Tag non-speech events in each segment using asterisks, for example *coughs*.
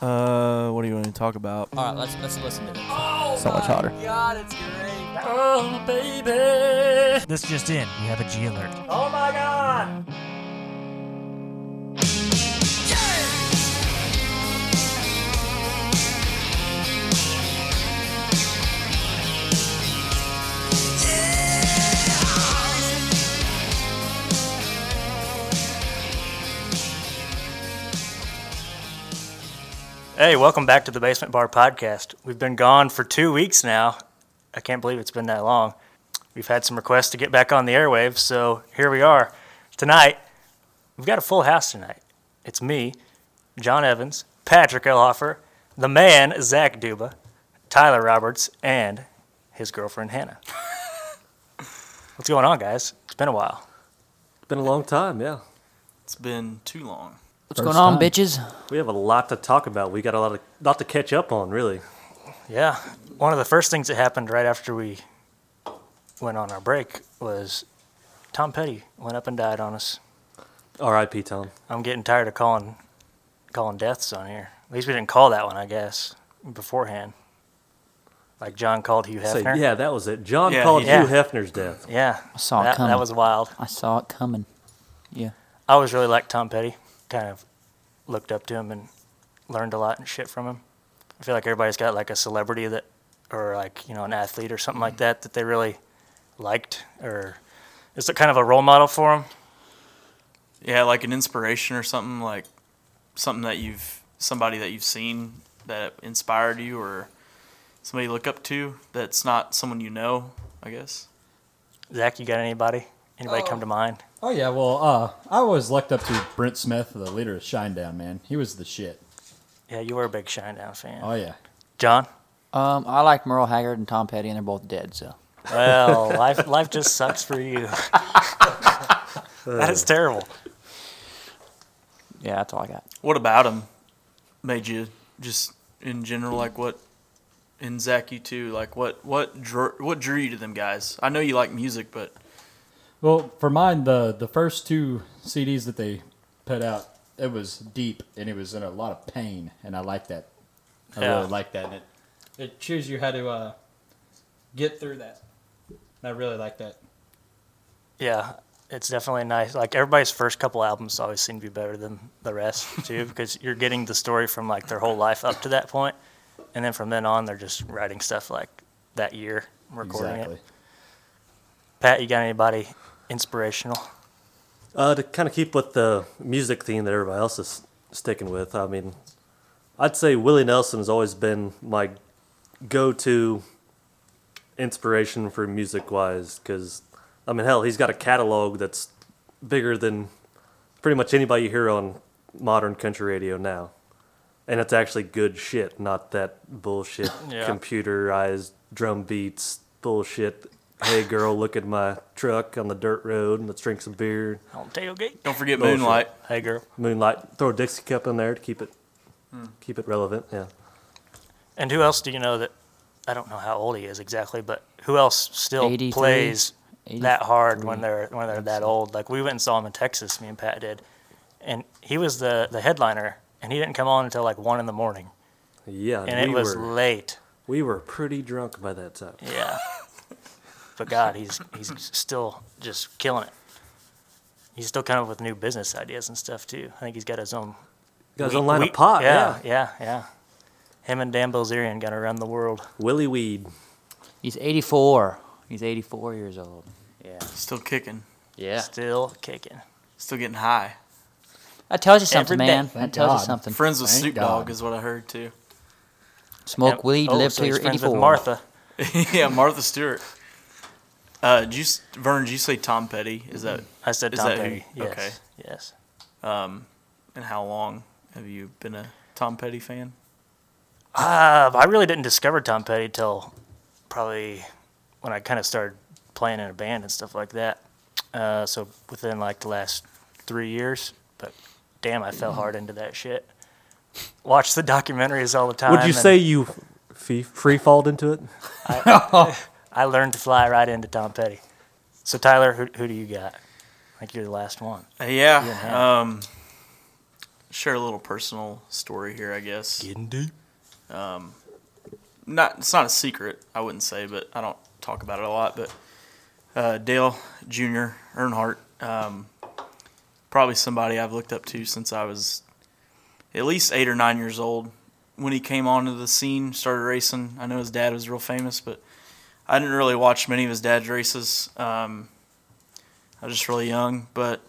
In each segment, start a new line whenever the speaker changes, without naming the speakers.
Uh, what do you want to talk about?
All right, let's let's listen to this.
So much hotter.
God, it's great.
Oh, baby.
This just in, we have a G alert.
Oh, my God.
Hey, welcome back to the Basement Bar Podcast. We've been gone for two weeks now. I can't believe it's been that long. We've had some requests to get back on the airwaves, so here we are. Tonight, we've got a full house tonight. It's me, John Evans, Patrick Elhofer, the man, Zach Duba, Tyler Roberts, and his girlfriend, Hannah. What's going on, guys? It's been a while.
It's been a long time, yeah.
It's been too long.
What's
First
going on,
time.
bitches?
We have a lot to talk about. We got a lot of lot to catch up on, really.
Yeah. One of the first things that happened right after we went on our break was Tom Petty went up and died on us.
R.I.P. Tom.
I'm getting tired of calling calling deaths on here. At least we didn't call that one, I guess, beforehand. Like John called Hugh
Say,
Hefner.
yeah, that was it. John
Yeah,
called
he did.
Hugh Hefner's death.
Yeah.
I saw it
that,
coming.
that was wild.
I saw it coming.
I always really liked Tom Petty. Kind of looked up to him and learned a lot and shit from him. I feel like everybody's got like a celebrity that, or like you know an athlete or something like that that they really liked, or is it kind of a role model for them?
Yeah, like an inspiration or something like something that you've somebody that you've seen that inspired you or somebody you look up to that's not someone you know, I guess.
Zach, you got anybody? Anybody come to mind?
Oh yeah, well, uh, I always looked up to Brent Smith, the leader of Shinedown, man. He was the shit.
Yeah, you were a big Shinedown fan.
Oh yeah.
John?
*laughs*
Um, I like Merle Haggard and Tom Petty, and they're both dead. So
Well, life life just sucks for
*laughs*
you. that is terrible.
yeah, that's all I got.
What about him made you just in general like what in Zach you too like what what drew what drew you to them guys? I know you like music, but
Well, for mine, the the first two CDs that they put out, it was deep and it was in a lot of pain, and I like that. I
Yeah.
really like that. And it,
it shows you how to uh, get through that. And I really like that.
Yeah, it's definitely nice. Like everybody's first couple albums always seem to be better than the rest too, because you're getting the story from like their whole life up to that point, and then from then on they're just writing stuff like that year, recording
exactly.
it. Pat, you got anybody inspirational?
Uh, to kind of keep with the music theme that everybody else is sticking with, I mean, I'd say Willie Nelson has always been my go-to inspiration for music-wise. Because I mean, hell, he's got a catalog that's bigger than pretty much anybody you hear on modern country radio now, and it's actually good shit, not that bullshit
Yeah.
computerized drum beats bullshit. Hey girl, look at my truck on the dirt road. Let's drink some beer.
On tailgate.
don't forget
Bullshit.
Moonlight.
Hey girl.
Moonlight. Throw a Dixie cup in there to keep it
Hmm.
keep it relevant. Yeah.
And who else do you know that? I don't know how old he is exactly, but who else still
83?
plays that hard when
83.
they're when they're that old. Like we went and saw him in Texas, me and Pat did, and he was the the headliner, and he didn't come on until like one in the morning,
Yeah.
and it
we
was
were
late.
we were pretty drunk by that time. *laughs*
Yeah, but God, he's he's still just killing it. He's still coming up with new business ideas and stuff too. I think he's got his own.
Guys
wheat-
on line
wheat-
of pot, yeah.
yeah, yeah, yeah. Him and Dan Bilzerian gonna run the world.
Willie Weed.
He's 84. He's 84 years old. Yeah.
Still kicking.
Yeah.
Still kicking.
Still getting high.
That tells you something,
Every day.
man. That
Thank
tells
God.
you something.
Friends with
Thank
Snoop Dogg
God.
is what I heard too.
Smoke
Yep.
weed,
Oh,
live
so
till
he's
you're
friends
84.
With Martha.
*laughs* yeah, Martha Stewart. Uh, did you, s- Vernon, did you say Tom Petty? Is that
I said
Is
Tom
that who-
Petty. Yes.
okay.
Yes.
and how long have you been a Tom Petty fan?
Uh, I really didn't discover Tom Petty till probably when I kind of started playing in a band and stuff like that. Uh, so within like the last three years, but damn, I fell hard into that shit. Watched the documentaries all the time.
Would you
and
say you free, free falled into it?
I learned to fly right into Tom Petty? So Tyler, who, who do you got? I think you're the last one.
Uh, yeah. Um, share a little personal story here, I guess. Um, Not it's not a secret, I wouldn't say, but I don't talk about it a lot. But uh, Dale Jr. Earnhardt, um, probably somebody I've looked up to since I was at least eight or nine years old. When he came onto the scene, started racing. I know his dad was real famous, but I didn't really watch many of his dad's races. Um, I was just really young, but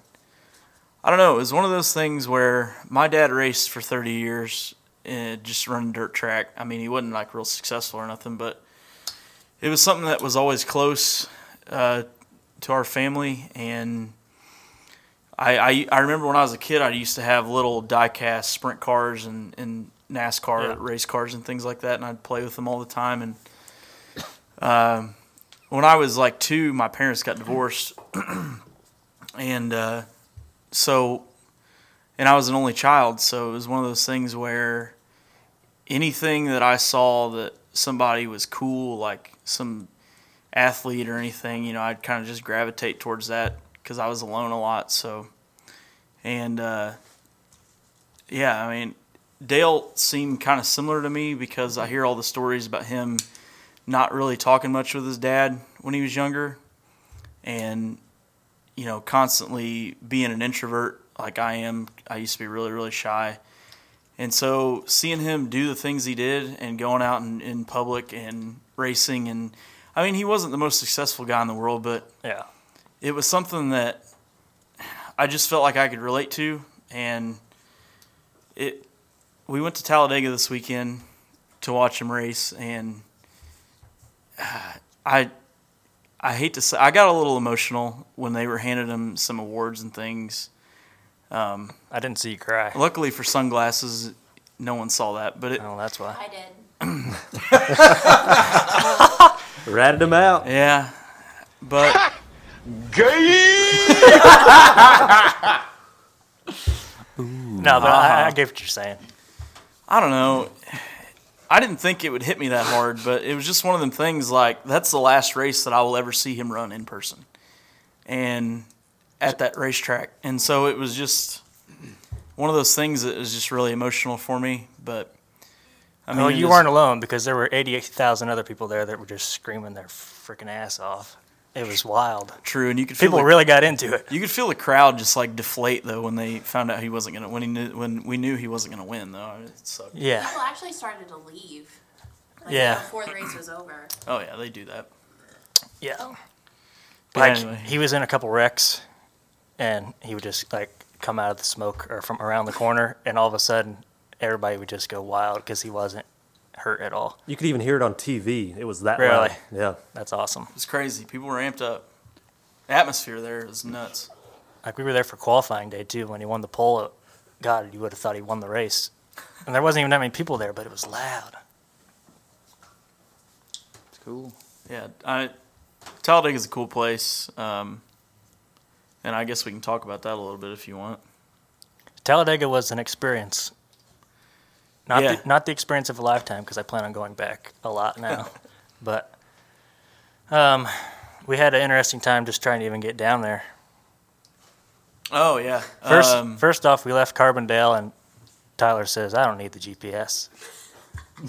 I don't know. It was one of those things where my dad raced for 30 years and just running dirt track. I mean, he wasn't like real successful or nothing, but it was something that was always close uh, to our family. And I, I I remember when I was a kid, I used to have little diecast sprint cars and and NASCAR
Yeah.
race cars and things like that, and I'd play with them all the time. And um, when I was like two, my parents got divorced, *clears throat* and uh, so and I was an only child, so it was one of those things where anything that I saw that somebody was cool, like some athlete or anything, you know, I'd kind of just gravitate towards that because I was alone a lot. So, and uh, yeah, I mean, Dale seemed kind of similar to me because I hear all the stories about him not really talking much with his dad when he was younger, and you know, constantly being an introvert like I am. I used to be really, really shy. And so seeing him do the things he did and going out in, in public and racing and I mean he wasn't the most successful guy in the world, but
Yeah.
it was something that I just felt like I could relate to and it we went to Talladega this weekend to watch him race and uh, I I hate to say I got a little emotional when they were handing him some awards and things.
I didn't see you cry.
Luckily for sunglasses, no one saw that. But it,
Oh, that's why.
I did.
Ratted him out.
yeah, but
No, but I, I get what you're saying.
I don't know. I didn't think it would hit me that hard, but it was just one of them things. Like that's the last race that I will ever see him run in person, and at that racetrack. And so it was just one of those things that was just really emotional for me. But I mean,
Well,
it
you
is-
weren't alone because there were 88,000 other people there that were just screaming their freaking ass off. It was wild.
true, and you could feel
People
the-
really got into it.
You could feel the crowd just like deflate though when they found out he wasn't gonna when he knew when we knew he wasn't gonna win though. I mean, It sucked.
Yeah.
People actually started to leave. Like,
Yeah.
Before the race was over.
Oh yeah, they do that.
Yeah.
But
Like
anyway.
he was in a couple wrecks, and he would just like come out of the smoke or from around the corner, and all of a sudden everybody would just go wild because he wasn't hurt at all.
You could even hear it on TV. It was that
Really?
loud. Yeah.
That's awesome.
It was crazy. People were amped up. The atmosphere there is nuts.
Like we were there for qualifying day too when he won the pole. God, you would have thought he won the race, and there wasn't even that many people there, but it was loud.
It's cool.
Yeah, I Talladega is a cool place, um, and I guess we can talk about that a little bit if you want.
Talladega was an experience. Not
Yeah.
the, not the experience of a lifetime because I plan on going back a lot
*laughs*
now, but um, we had an interesting time just trying to even get down there.
Oh yeah,
First,
um,
first off, we left Carbondale, and Tyler says, "I don't need the GPS.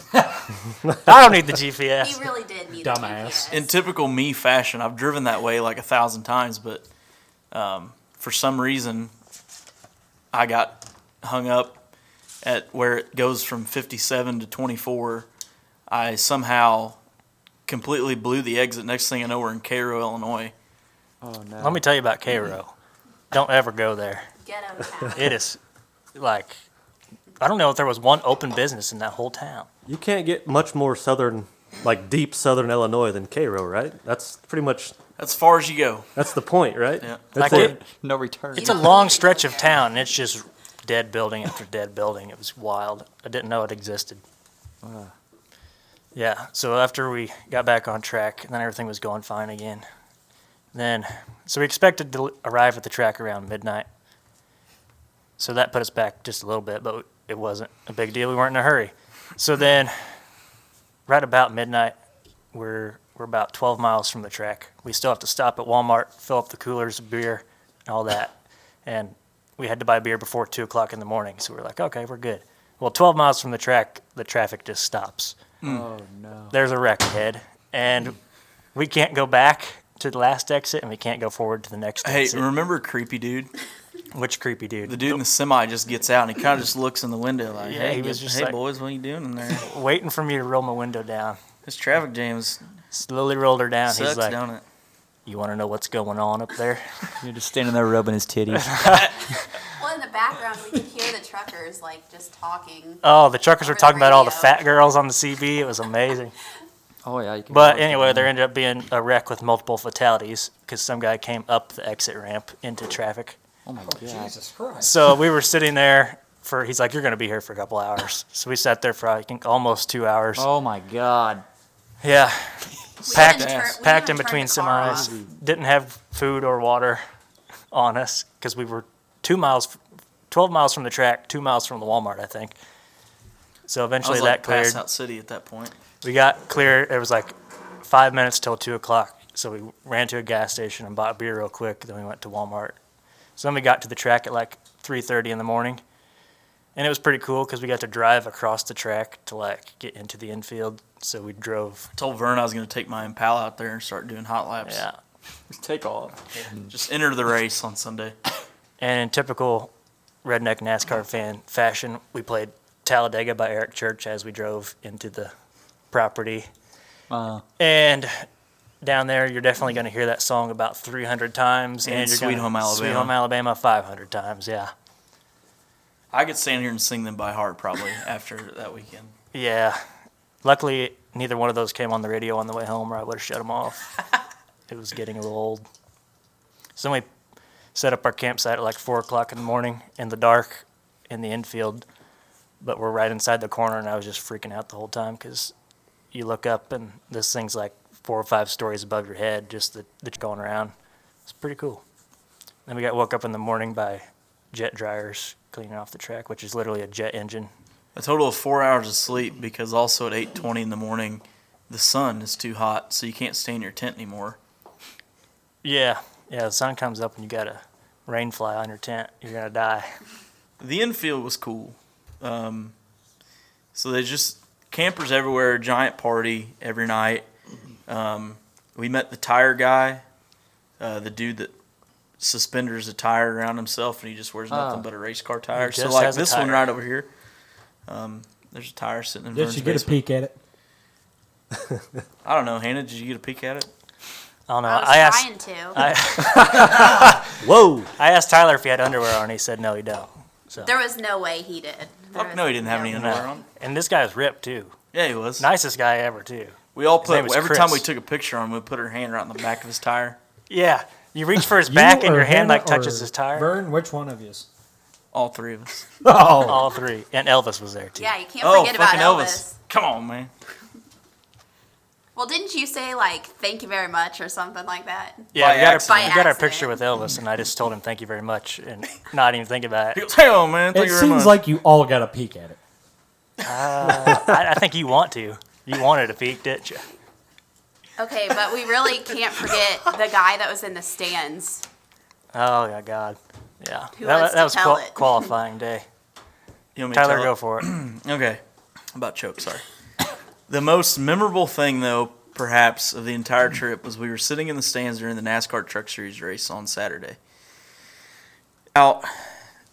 *laughs* I don't need the
He
GPS."
really did need
Dumbass.
a GPS.
in typical me fashion, I've driven that way like a thousand times, but um, for some reason, I got hung up at where it goes from 57 to 24. I somehow completely blew the exit. Next thing I know, we're in Cairo, Illinois.
Oh no.
Let me tell you about Cairo. Don't ever go there. *laughs*
Ghetto town.
It is like I don't know if there was one open business in that whole town.
You can't get much more southern, like deep southern Illinois than Cairo, right? That's pretty much.
That's far as you go.
That's the point, right?
Yeah.
That's
Like
it.
it-
No return.
It's a long stretch of town, and it's just dead building after dead building. It was wild. I didn't know it existed. Yeah. So after we got back on track, then everything was going fine again. Then, so we expected to arrive at the track around midnight. So that put us back just a little bit, but it wasn't a big deal. We weren't in a hurry. So then, right about midnight, we're we're about 12 miles from the track. We still have to stop at Walmart, fill up the coolers, of beer, and all that. And we had to buy beer before two o'clock in the morning. So we were like, okay, we're good. Well, 12 miles from the track, the traffic just stops.
Oh no.
There's a wreck ahead, and we can't go back to the last exit, and we can't go forward to the next
Hey,
exit.
remember creepy dude?
Which creepy dude?
The dude in the semi just gets out and he kind of just looks in the window like,
Yeah,
"Hey,
he was
get-
just
hey
like-
boys, what are you doing in there?
Waiting for me to roll my window down.
This traffic jam's
Slowly rolled her down. *laughs*
sucks,
He's like,
don't it?"
"You want to know what's going on up there?"
You're just standing there rubbing his titties.
Well, in the background, we could hear the truckers like just talking.
Oh, the truckers were
Over the
talking about all the
radio.
fat girls on the CB. It was amazing.
Oh yeah. You can
But
always-
anyway, there ended up being a wreck with multiple fatalities because some guy came up the exit ramp into traffic.
Oh my god.
Jesus Christ.
So we were sitting there for, he's like, you're going to be here for a couple hours. So we sat there for, I think, almost two hours.
Oh my god.
Yeah.
We
Packed,
didn't turn- we didn't
packed in
turn the
between
car
semis.
off.
Didn't have food or water on us because we were two miles, 12 miles from the track, two miles from the Walmart, I think. So
I
eventually
was like
that cleared.
pass out city at that point.
We got clear. It was like five minutes till two o'clock. So we ran to a gas station and bought beer real quick. Then we went to Walmart. So then we got to the track at like three thirty in the morning, and it was pretty cool because we got to drive across the track to like get into the infield. So we drove.
I told Vern I was going to take my Impala out there and start doing hot laps.
Yeah.
Take off. *laughs* Just enter the race on Sunday.
And in typical redneck NASCAR fan fashion, we played Talladega by Eric Church as we drove into the property.
Uh-huh.
Uh,
And down there, you're definitely going to hear that song about 300 times.
And
you're
Sweet
gonna-
Home Alabama.
Sweet Home Alabama 500 times, yeah.
I could stand here and sing them by heart probably *laughs* after that weekend.
Yeah. Luckily, neither one of those came on the radio on the way home, or I would have shut them off. it was getting a little old. So we set up our campsite at like 4 o'clock in the morning in the dark in the infield. But we're right inside the corner, and I was just freaking out the whole time because you look up and this thing's like four or five stories above your head, just the, the going around. It's pretty cool. Then we got woke up in the morning by jet dryers cleaning off the track, which is literally a jet engine
A total of four hours of sleep because also at eight twenty in the morning, the sun is too hot, so you can't stay in your tent anymore.
Yeah, yeah. The sun comes up and you got a rain fly on your tent. You're gonna die.
The infield was cool. Um, so there's just campers everywhere, giant party every night. Um, we met the tire guy, uh, the dude that suspenders a tire around himself and he just wears nothing
Oh.
but a race car tire. So
Ah. just
like
has a
this one
tire.
right over here, um, there's a tire sitting in
Did
Vern's
you get a
basement.
peek at it?
I don't know, Hannah, did you get a peek at it?
I don't know.
I was
uh, I, asked.
trying to.
I,
Whoa!
I asked Tyler if he had underwear on. He said no, he don't. So
*laughs* there was no way he did. There
Fuck
was
no, he didn't have any
way.
underwear on.
and this guy's ripped too.
Yeah, he was.
Nicest guy ever too.
We all
name
put
was
every time we
Chris.
took a picture on, him, we put her hand right on the back of his tire
Yeah. You reach for his back
You
and
or
your hand
Hannah
like touches
or
his tire.
Vern, which one of you?
All three of us.
Oh,
All three. And Elvis was there too.
Yeah, you can't
Oh,
forget about
fucking
Elvis.
Elvis. Come on, man.
Well, didn't you say like "thank you very much" or something like that?
Yeah,
By
we, got our, we
accident.
By
got our
accident.
picture with Elvis, and I just told him thank you very much, and not even think about
He
it.
goes, "Hey, oh, man, thank
it
you very
seems
much."
like you all got a peek at it.
I, I think you want to. You wanted to peek, didn't you?
Okay, but we really can't forget the guy that was in the stands.
Oh my God. Yeah.
Who
that
wants
that
to
was
tell
qual-
it?
qualifying day.
You want me to
Tyler,
tell it?
go for it.
Okay. About choke, sorry. *coughs* the most memorable thing, though, perhaps, of the entire trip was we were sitting in the stands during the NASCAR Truck Series race on Saturday. Out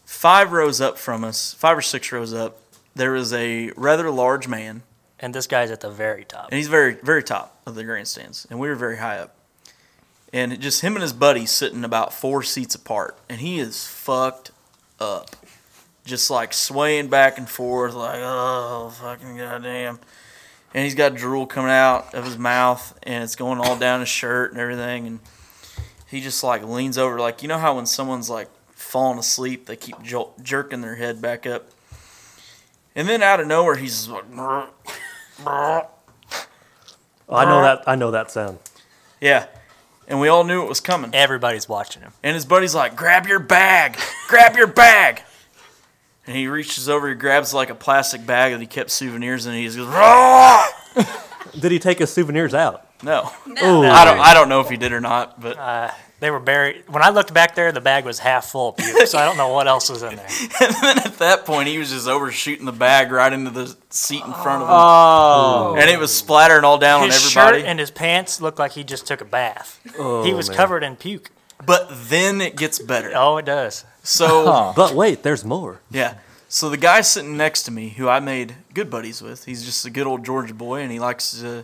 five rows up from us, five or six rows up, there was a rather large man,
And this guy's at the very top.
and he's very, very top of the grandstands, and we were very high up. And it- just him and his buddy sitting about four seats apart, and he is fucked up, just like swaying back and forth, like oh fucking goddamn. And he's got drool coming out of his mouth, and it's going all down his shirt and everything. And he just like leans over, like you know how when someone's like falling asleep, they keep jol- jerking their head back up. And then out of nowhere, he's just like, "Brr, brr."
I know that. I know that sound.
yeah. And we all knew it was coming.
Everybody's watching him.
And his buddy's like, grab your bag, grab your bag. And he reaches over, he grabs like a plastic bag that he kept souvenirs in, and he just goes, "Roar!"
Did he take his souvenirs out?
No.
No,
I don't I don't know if he did or not, but
Uh, They were buried. When I looked back there, the bag was half full of puke, so I don't know what else was in there.
and then *laughs* at that point, he was just overshooting the bag right into the seat in front of him, and it was splattering all down
His
on
shirt
everybody.
and his pants looked like he just took a bath. he
Oh,
was
man.
covered in puke.
but then it gets better.
Oh, it does.
So
But wait, there's more.
Yeah. So the guy sitting next to me, who I made good buddies with, he's just a good old Georgia boy, and he likes to.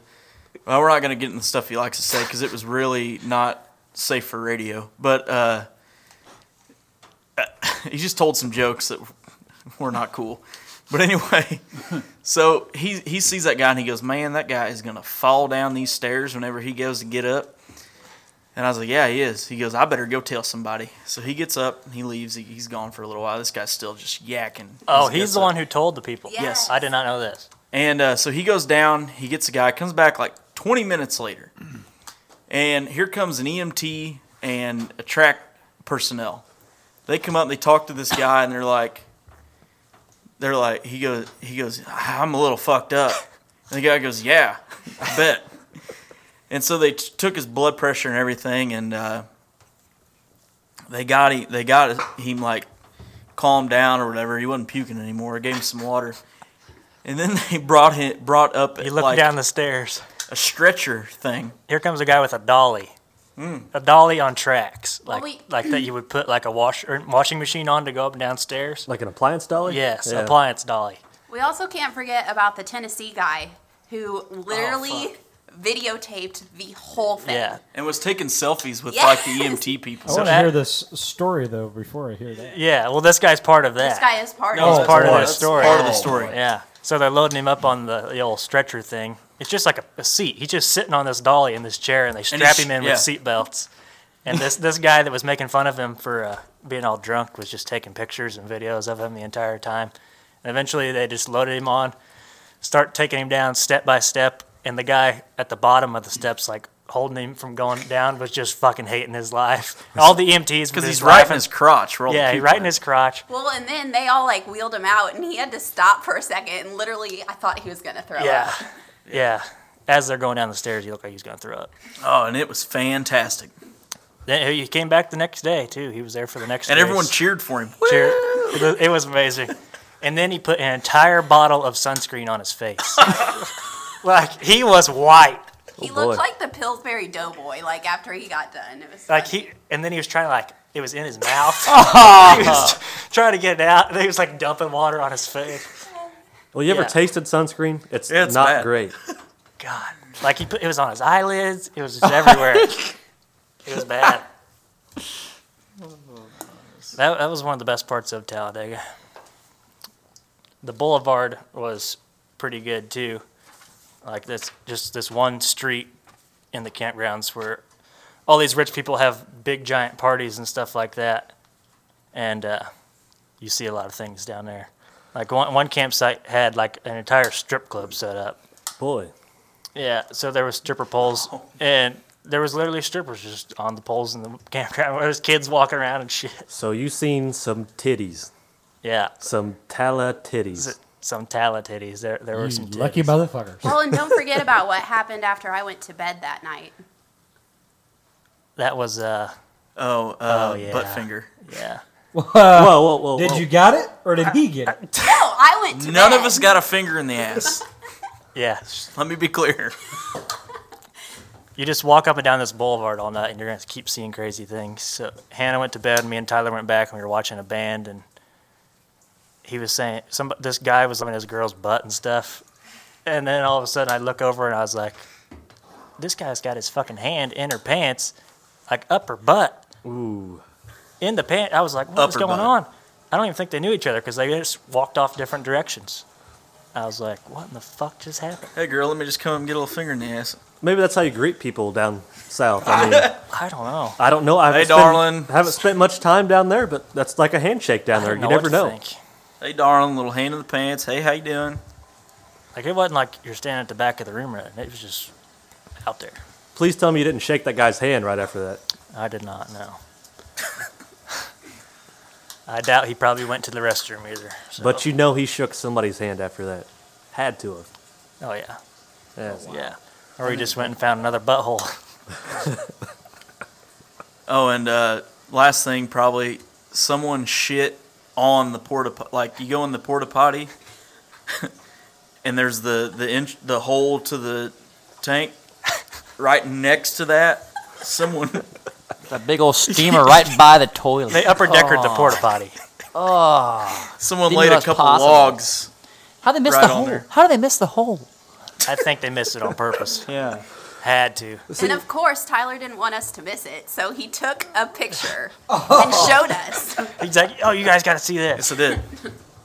Well, we're not going to get into the stuff he likes to say because it was really not safe for radio. But uh, *laughs* he just told some jokes that were not cool. But anyway, *laughs* so he he sees that guy and he goes, "Man, that guy is going to fall down these stairs whenever he goes to get up." And I was like, yeah, he is. He goes, I better go tell somebody. So he gets up, he leaves, he, he's gone for a little while. This guy's still just yakking.
Oh,
He
he's
gets
the
up.
one who told the people.
Yes.
I did not know this.
And uh, so he goes down, he gets a guy, comes back like 20 minutes later. And here comes an EMT and a track personnel. They come up, they talk to this guy, and they're like, they're like, he goes, he goes, I'm a little fucked up. And the guy goes, yeah, I bet. and so they t- took his blood pressure and everything, and uh, they got he, they got him like calmed down or whatever. He wasn't puking anymore. Gave him some water, and then they *laughs* brought him brought up
You look
like
down the stairs.
a stretcher thing.
Here comes a guy with a dolly. A dolly on tracks,
Well,
like
we-
like that you would put like a wash or washing machine on to go up and downstairs.
Like an appliance dolly?
Yes,
Yeah.
appliance dolly.
We also can't forget about the Tennessee guy who literally videotaped the whole thing.
Yeah,
and was taking selfies with
Yes.
like the EMT people.
I want to
that-
hear this story though before I hear that.
yeah. Well, this guy's part of that.
This guy is part
He's
of
Oh,
that's
it.
part of
part-
the
that's
story.
part of the story.
Oh, Yeah. So they're loading him up on the, the old stretcher thing. It's just like a, a seat. He's just sitting on this dolly in this chair, and they
And
strap
he's-
him in
yeah.
with seat belts. And this this guy that was making fun of him for uh, being all drunk was just taking pictures and videos of him the entire time. And eventually, they just loaded him on, start taking him down step by step, and the guy at the bottom of the steps, like holding him from going down, was just fucking hating his life. All the E EMTs
*laughs* Because he's right
right
in his crotch. For all the
yeah,
people
right in
in.
his crotch.
Well, and then they all like wheeled him out, and he had to stop for a second. And literally, I thought he was gonna throw
Yeah.
up.
*laughs* Yeah. As they're going down the stairs, you look like he's going to throw up.
Oh, and it was fantastic.
Then he came back the next day, too. He was there for the next
And everyone
race.
cheered for him.
Cheer-
*laughs*
It was- It was amazing. And then he put an entire bottle of sunscreen on his
*laughs*
face. like, he was white.
He
Oh,
looked
boy.
like the Pillsbury Doughboy. Like after he got done, it was
Like,
funny.
he, and then he was trying to, like, it was in his mouth.
*laughs* Oh.
*laughs* he was trying to get it out. And he was, like, dumping water on his face.
Well, you ever
Yeah.
tasted sunscreen? It's,
Yeah, it's
not
bad.
great.
God. Like, he put, it was on his eyelids. It was just everywhere. it was bad. That, that was one of the best parts of Talladega. The boulevard was pretty good too. Like this, just this one street in the campgrounds where all these rich people have big giant parties and stuff like that, and uh, you see a lot of things down there. Like one, one campsite had like an entire strip club set up.
Boy.
Yeah, so there was stripper poles, and there was literally strippers just on the poles in the *laughs* campground. There was kids walking around and shit.
So you seen some titties.
Yeah,
Some tala titties.
some tala titties. There, there were some
You
titties.
lucky motherfuckers.
well, and don't forget about what happened after I went to bed that night.
That was uh,
Oh, uh,
Oh, yeah.
butt finger.
yeah.
whoa, whoa, whoa.
Did
whoa.
you got it or did he get
*laughs*
it?
No, I went to
None
bed.
of us got a finger in the ass.
Yeah,
Let me be clear.
you just walk up and down this boulevard all night, and you're gonna keep seeing crazy things. So Hannah went to bed, me and Tyler went back, and we were watching a band, and he was saying some this guy was looking at his girl's butt and stuff, and then all of a sudden I look over and I was like, this guy's got his fucking hand in her pants, like up her butt. Ooh. In the pant, I was like, what's
Upper
going
butt.
on? I don't even think they knew each other because they just walked off different directions. I was like, what in the fuck just happened?
Hey, girl, let me just come and get a little finger in the ass.
Maybe that's how you greet people down south. I mean,
I don't know.
I don't know. I haven't
Hey,
spent-
darling.
haven't spent much time down there, but that's like a handshake down
I
there.
didn't
you
what
never
to
know.
think.
Hey, darling, little hand in the pants. Hey, how you doing?
Like it wasn't like you're standing at the back of the room, right? It was just out there.
Please tell me you didn't shake that guy's hand right after that.
I did not know. *laughs* I doubt he probably went to the restroom either. So.
But you know he shook somebody's hand after that. Had to have.
oh yeah,
Yeah.
*laughs*
yeah. Or he just went and found another butthole.
Oh, and uh, last thing, probably someone shit on the porta po- like you go in the porta potty, *laughs* and there's the the inch the hole to the tank right next to that. Someone *laughs*
That
*laughs*
big old steamer right by the toilet.
They upper deckered the
Oh.
porta potty.
someone
Didn't
laid a
realize
couple
possible.
logs.
How they miss
right
the
on
hole?
there.
How do they miss the hole?
I think they missed it on purpose.
Yeah.
Had to.
And of course, Tyler didn't want us to miss it, so he took a picture and showed us.
He's like, oh, you guys got to see this.
Yes, I did.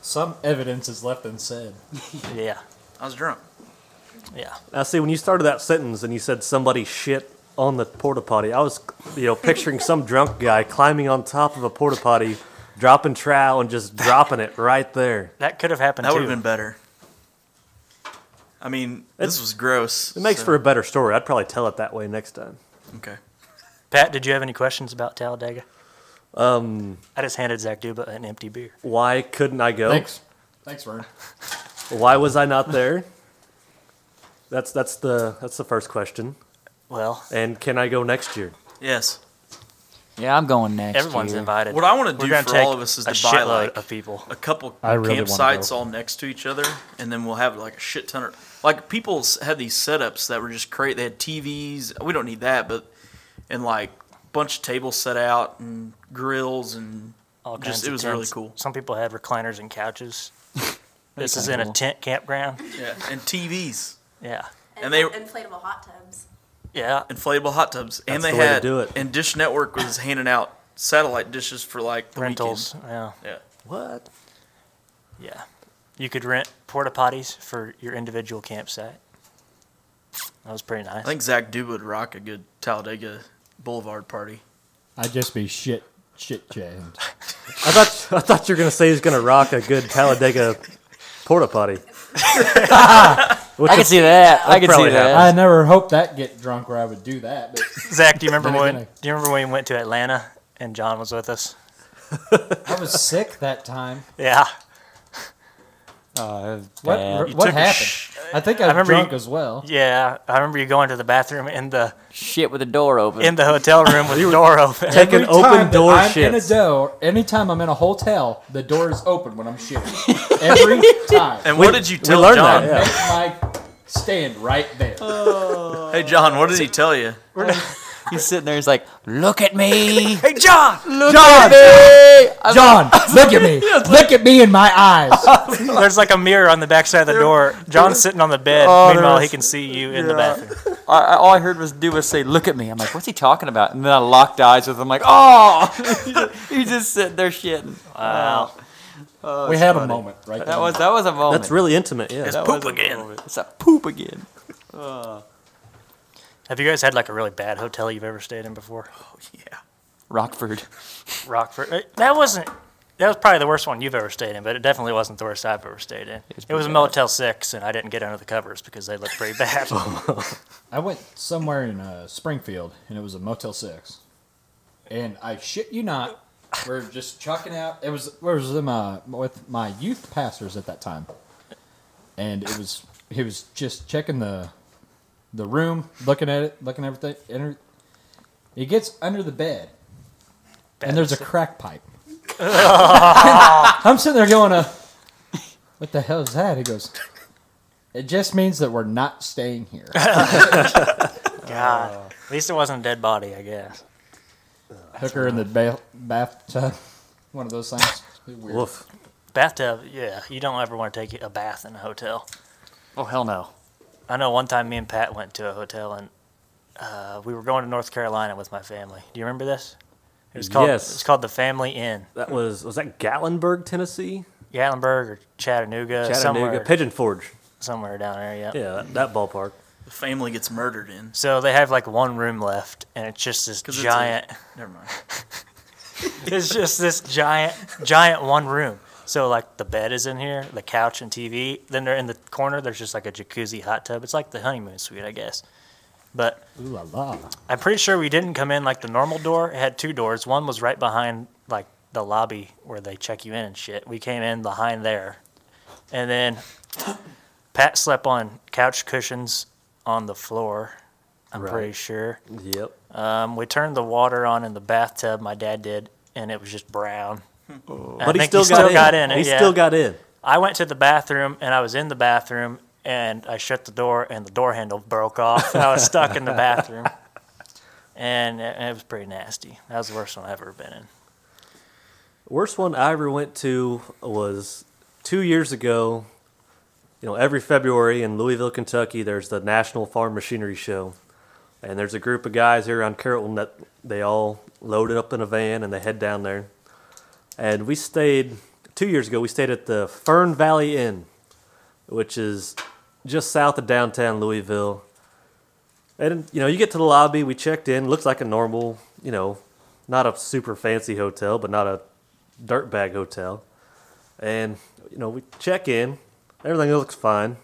Some evidence is left unsaid.
Yeah.
I was drunk.
Yeah.
Now, see, when you started that sentence and you said somebody shit on the porta potty, I was, you know, picturing some drunk guy climbing on top of a porta potty, dropping trowel and just dropping it right there.
That could have happened
That
too.
would have been better. I mean, this was gross.
It makes
so-
for a better story. I'd probably tell it that way next time.
okay.
Pat, did you have any questions about Talladega? Um, I just handed Zach Duba an empty beer.
Why couldn't I go?
Thanks. Thanks, Vern.
Why was I not there? That's that's the that's the first question.
Well,
And can I go next year?
Yes.
Yeah, I'm going next.
everyone's
year.
invited.
What I wanna
We're
do
gonna
for
take
all of us is
a
to buy,
shitload
like-
of people.
a couple
I really wanna
campsites
go.
all next to each other, and then we'll have like a shit ton of like people s- had these setups that were just crazy. They had TVs. We don't need that, but and like bunch of tables set out and grills and
All kinds
just it
of
was really
tents.
cool.
Some people have recliners and
*laughs*
couches. this is
kinda
in a
cool.
tent campground.
Yeah, and TVs,
Yeah.
And they-
inflatable hot tubs.
Yeah.
inflatable hot tubs, and
That's
they
the way to
had
do it.
and Dish Network was handing out satellite dishes for like the
Rentals. Yeah.
Weekend.
What?
Yeah. You could rent porta potties for your individual campsite. That was pretty nice.
Yeah, I think Zach Duba would rock a good Talladega Boulevard party.
I'd just be shit, shit jammed.
I thought I thought you were gonna say he's gonna rock a good Talladega porta potty.
I can see that. I can see
probably
that.
I never hoped that get drunk where I would do that, but
Zach, do you remember
Then
when?
again,
Do you remember when we went to Atlanta and John was with us?
I was sick that time.
Yeah,
what
Bad.
what
took a
happened? I think I was
remember you-
drunk as well.
yeah. I remember you going to the bathroom in the
Shit with the door open.
in the hotel room with the door open.
Take an
Every time
open
that
door
I'm in a
shit.
door, anytime I'm in a hotel, the door is open when I'm
*laughs*
shitting. Every time.
And what did you
We
tell
learned
John?
that. Yeah.
Make my stand right there.
Hey John, what did he tell you?
He's sitting there. He's like, "Look
*laughs*
at me,
hey, John!
look at me." I'm
John, look
*laughs*
at me. Look at me in my
Oh,
eyes.
There's like a mirror on the backside of the door. John's sitting on the bed.
Oh,
Meanwhile,
there
he
is-
can see you in the bathroom.
I, I- all I heard was do was say, "Look at me." I'm like, "What's he talking about?" And then I locked eyes with him. like, "Oh!" *laughs* He's just sitting there shitting. Wow,
we had a moment right there.
that was that was a moment.
That's really intimate. Yeah.
That was
poop
a
again.
moment. It's a poop again.
Have you guys had like a really bad hotel you've ever stayed in before?
Yeah.
Rockford.
Rockford. eh, That wasn't. That was probably the worst one you've ever stayed in, but it definitely wasn't the worst I've ever stayed in.
was
It was a
pretty bad.
Motel Six, and I didn't get under the covers because they looked pretty bad.
I went somewhere in uh, Springfield, and it was a Motel Six, and I shit you not, we're just chucking out. It was where was them uh, with my youth pastors at that time, and it was he was just checking the the room, looking at it, looking at everything. And every- he gets under the bed, and there's a crack pipe. I'm sitting there going, uh, "What the hell is that?" He goes. It just means that we're not staying here.
God. At least it wasn't a dead body, I guess.
Hook her in the ba- bathtub. *laughs* One of those things. Weird.
Woof.
Bathtub, yeah. You don't ever want to take a bath in a hotel.
Oh hell no.
I know one time me and Pat went to a hotel and uh, we were going to North Carolina with my family. Do you remember this? It was called
Yes.
it's called the Family Inn.
That was was that Gatlinburg, Tennessee,
Gatlinburg or Chattanooga,
Chattanooga,
somewhere
Pigeon Forge.
somewhere down there, yeah.
Yeah, that, that ballpark.
The family gets murdered in.
So they have like one room left and it's just this
'Cause it's a-
giant *laughs*
Never mind.
it's just this giant, giant one room. So like the bed is in here, the couch and TV. Then they're in the corner. There's just like a jacuzzi hot tub. It's like the honeymoon suite, I guess. But
Ooh la la.
I'm pretty sure we didn't come in like the normal door. It had two doors. One was right behind like the lobby where they check you in and shit. We came in behind there, and then Pat slept on couch cushions on the floor. I'm
Right.
pretty sure.
Yep.
Um, we turned the water on in the bathtub. My dad did, and it was just brown.
Hmm.
And I
But he
think
still, got, in.
it,
He
yeah.
still got in.
I went to the bathroom and I was in the bathroom and I shut the door and the door handle broke off and I was stuck in the bathroom. And it, it was pretty nasty. That was the worst one I've ever been in.
Worst one I ever went to was two years ago. You know, every February in Louisville, Kentucky, there's the National Farm Machinery Show, and there's a group of guys here on Carrollton that they all loaded up in a van and they head down there. And we stayed two years ago. We stayed at the Fern Valley Inn, which is just south of downtown Louisville. And you know, you get to the lobby. We checked in. Looks like a normal, you know, not a super fancy hotel, but not a dirtbag hotel. And, you know, we check in, everything looks fine.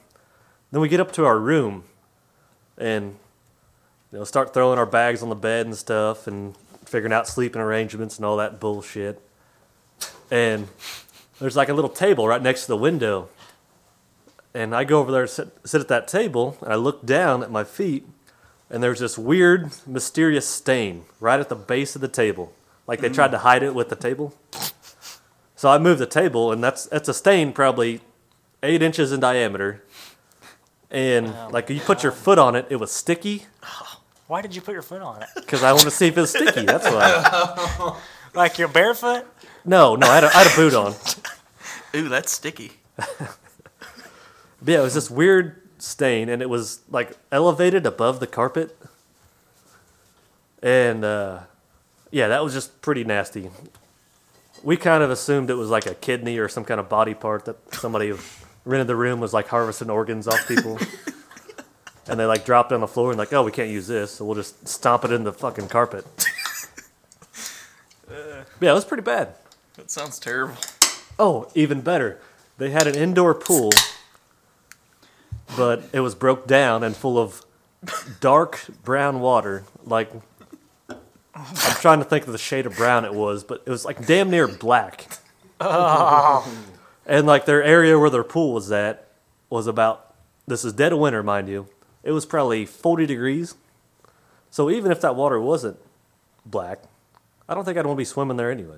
Then we get up to our room and, you know, start throwing our bags on the bed and stuff and figuring out sleeping arrangements and all that bullshit. And there's like a little table right next to the window. And I go over there and sit, sit at that table and I look down at my feet and there's this weird, mysterious stain right at the base of the table. Like they tried to hide it with the table. So I moved the table, and that's that's a stain probably eight inches in diameter. And like you put your foot on it, it was sticky
Why did you put your foot on it?
because I want to see if it was sticky. That's why.
*laughs* Like you're barefoot?
No, no, I had a, I had a boot on.
Ooh, that's sticky.
But yeah, it was this weird stain, and it was like elevated above the carpet. And uh, yeah, that was just pretty nasty. We kind of assumed it was like a kidney or some kind of body part that somebody who rented the room was like harvesting organs off people. and they like dropped it on the floor and like, oh, we can't use this, so we'll just stomp it in the fucking carpet. yeah, it was pretty bad.
That sounds terrible.
Oh, even better. They had an indoor pool, but it was broke down and full of dark brown water. Like, I'm trying to think of the shade of brown it was, but it was like damn near black. and like their area where their pool was at was about, this is dead of winter, mind you. It was probably 40 degrees. So even if that water wasn't black, I don't think I'd want to be swimming there anyway.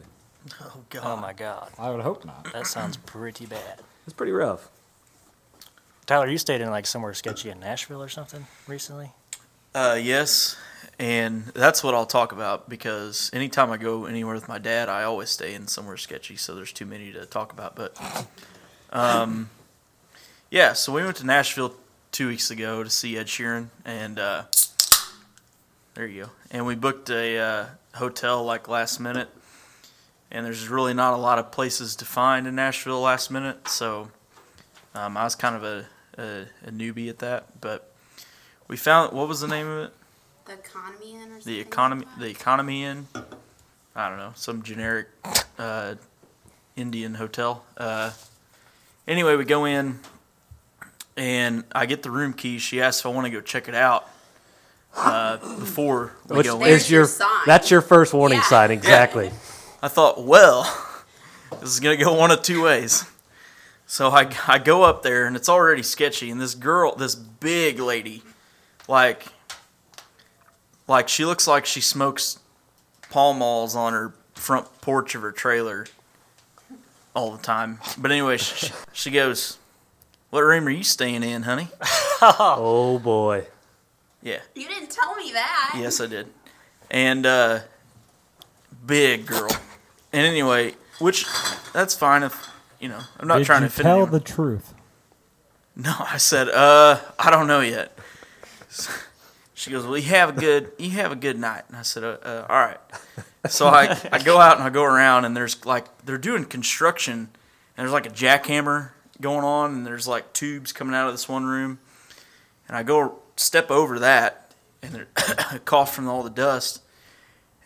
Oh my God.
I would hope not.
That sounds pretty bad.
It's pretty rough.
Tyler, you stayed in like somewhere sketchy in Nashville or something recently?
Uh, yes, and that's what I'll talk about because anytime I go anywhere with my dad, I always stay in somewhere sketchy. So there's too many to talk about. But, um, yeah. So we went to Nashville two weeks ago to see Ed Sheeran, and uh, there you go. And we booked a uh, hotel like last minute, and there's really not a lot of places to find in Nashville last minute. So um, I was kind of a, a, a newbie at that, but. We found what was the name of it?
The economy in or something.
The economy, the economy inn. I don't know, some generic uh, Indian hotel. Uh, anyway, we go in, and I get the room key. She asks if I want to go check it out uh, before we
Which
go in.
There's
is
your
your,
sign.
that's your first warning
Yeah.
sign exactly. *laughs*
I thought, well, *laughs* this is gonna go one of two ways. So I, I go up there and it's already sketchy, and this girl, this big lady, like, like she looks like she smokes Pall Malls on her front porch of her trailer all the time. But anyway, she, she goes, "What room are you staying in, honey?"
Oh boy,
Yeah.
You didn't tell me that.
Yes, I did. And uh, big girl. And anyway, which that's fine if you know. I'm not
Did
trying
you
to fit
tell
anyone.
the truth.
No, I said, uh, I don't know yet. She goes, well, you have a good, you have a good night. And I said, uh, uh, all right. So I, I go out and I go around and there's like, they're doing construction and there's like a jackhammer going on and there's like tubes coming out of this one room. And I go step over that and there- *coughs* I cough from all the dust.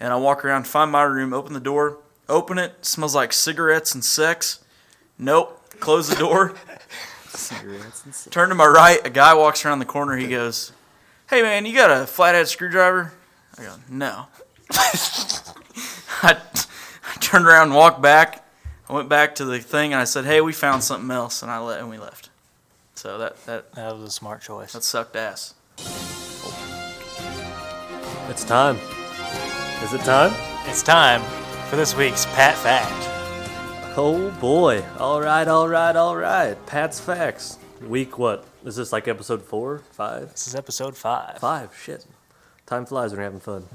And I walk around, find my room, open the door, open it, smells like cigarettes and sex. Nope. Close the door. Turn to my right, a guy walks around the corner. He goes, "Hey man, you got a flathead screwdriver?" I go, "No." *laughs* I, I turned around and walked back. I went back to the thing and I said, "Hey, we found something else," and I let and we left. So that that
That was a smart choice.
that sucked ass.
It's time. Is it time?
It's time for this week's Pat Fact.
Oh boy. All right, all right, all right. Pat's Facts. Week what? Is this like episode four, five?
This is episode five.
Five, shit. Time flies when you're having fun.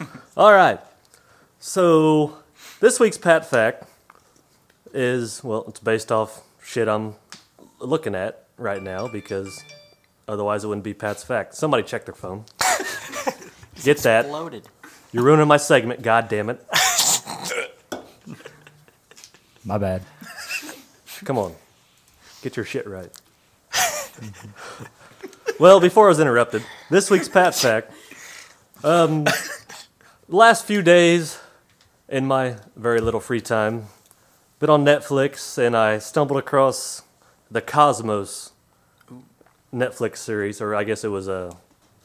*laughs* All right. So this week's Pat Fact is, well, it's based off shit I'm looking at right now because otherwise it wouldn't be Pat's Fact. Somebody check their phone. Get that.
Loaded.
You're ruining my segment, god damn it.
My bad.
Come on. Get your shit right. well, before I was interrupted, this week's Pat Fact. Um, last few days, in my very little free time, been on Netflix and I stumbled across the Cosmos Netflix series, or I guess it was a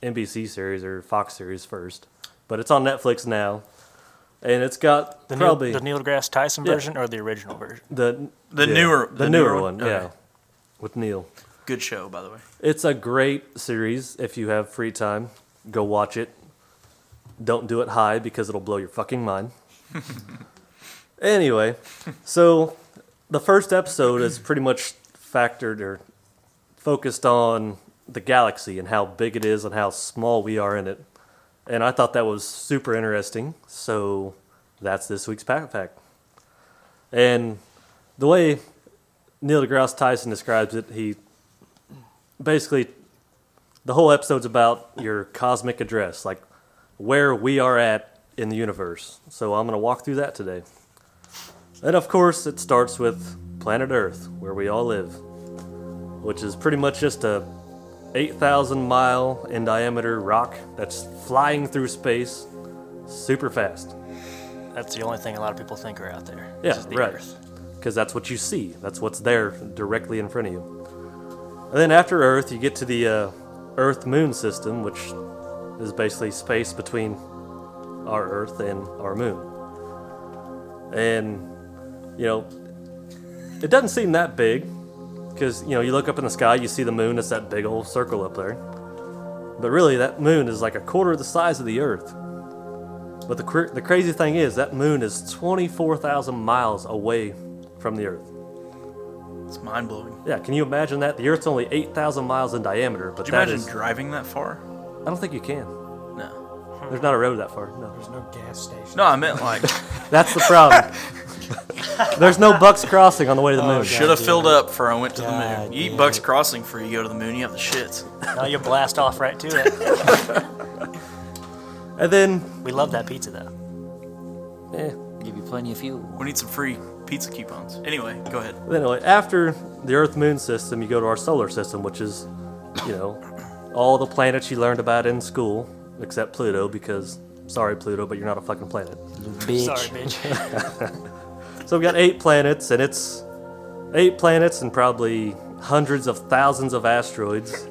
NBC series or Fox series first, but it's on Netflix now, and it's got
The Neil,
probably
the Neil deGrasse Tyson
Yeah.
version or the original version?
the
The newer-
the,
the
newer,
newer
one,
one?
yeah,
Okay.
with Neil.
Good show, by the way.
It's a great series. If you have free time, go watch it. Don't do it high because it'll blow your fucking mind. anyway, so the first episode is pretty much factored or focused on the galaxy and how big it is and how small we are in it. And I thought that was super interesting. So that's this week's Pack Fact. And the way Neil deGrasse Tyson describes it, he basically the whole episode's about your cosmic address, like where we are at in the universe. So I'm going to walk through that today. And of course, it starts with planet Earth, where we all live, which is pretty much just a 8,000 mile in diameter rock that's flying through space super fast.
That's the only thing a lot of people think are out there.
Yeah,
This is the
right.
Earth.
Because that's what you see. That's what's there directly in front of you. And then after Earth, you get to the uh, Earth Moon system, which is basically space between our Earth and our Moon. And, you know, it doesn't seem that big. Because, you know, you look up in the sky, you see the moon, it's that big old circle up there. But really, that moon is like a quarter of the size of the Earth. But the, cr- the crazy thing is, that moon is 24,000 miles away from the Earth.
It's mind blowing.
Yeah, can you imagine that? The Earth's only 8,000 miles in diameter, but
Could you
that
imagine
is-
driving that far?
I don't think you can.
No.
There's not a road that far. No.
There's no gas station.
No, I meant like
That's the
*laughs*
problem. There's no Bucks Crossing on the way to the moon.
should have filled up for I went to the
God
moon. You eat
damn
Bucks Crossing before you go to the moon. You have the shits.
Now you blast off right to it.
And then,
We love that pizza though.
eh,
Give you plenty of fuel.
We need some free pizza coupons. Anyway, go ahead.
But anyway, after the Earth Moon system, you go to our solar system, which is, you know, all the planets you learned about in school, except Pluto, because sorry, Pluto, but you're not a fucking planet.
Bitch.
Sorry, bitch.
So we've got eight planets, and it's eight planets and probably hundreds of thousands of asteroids.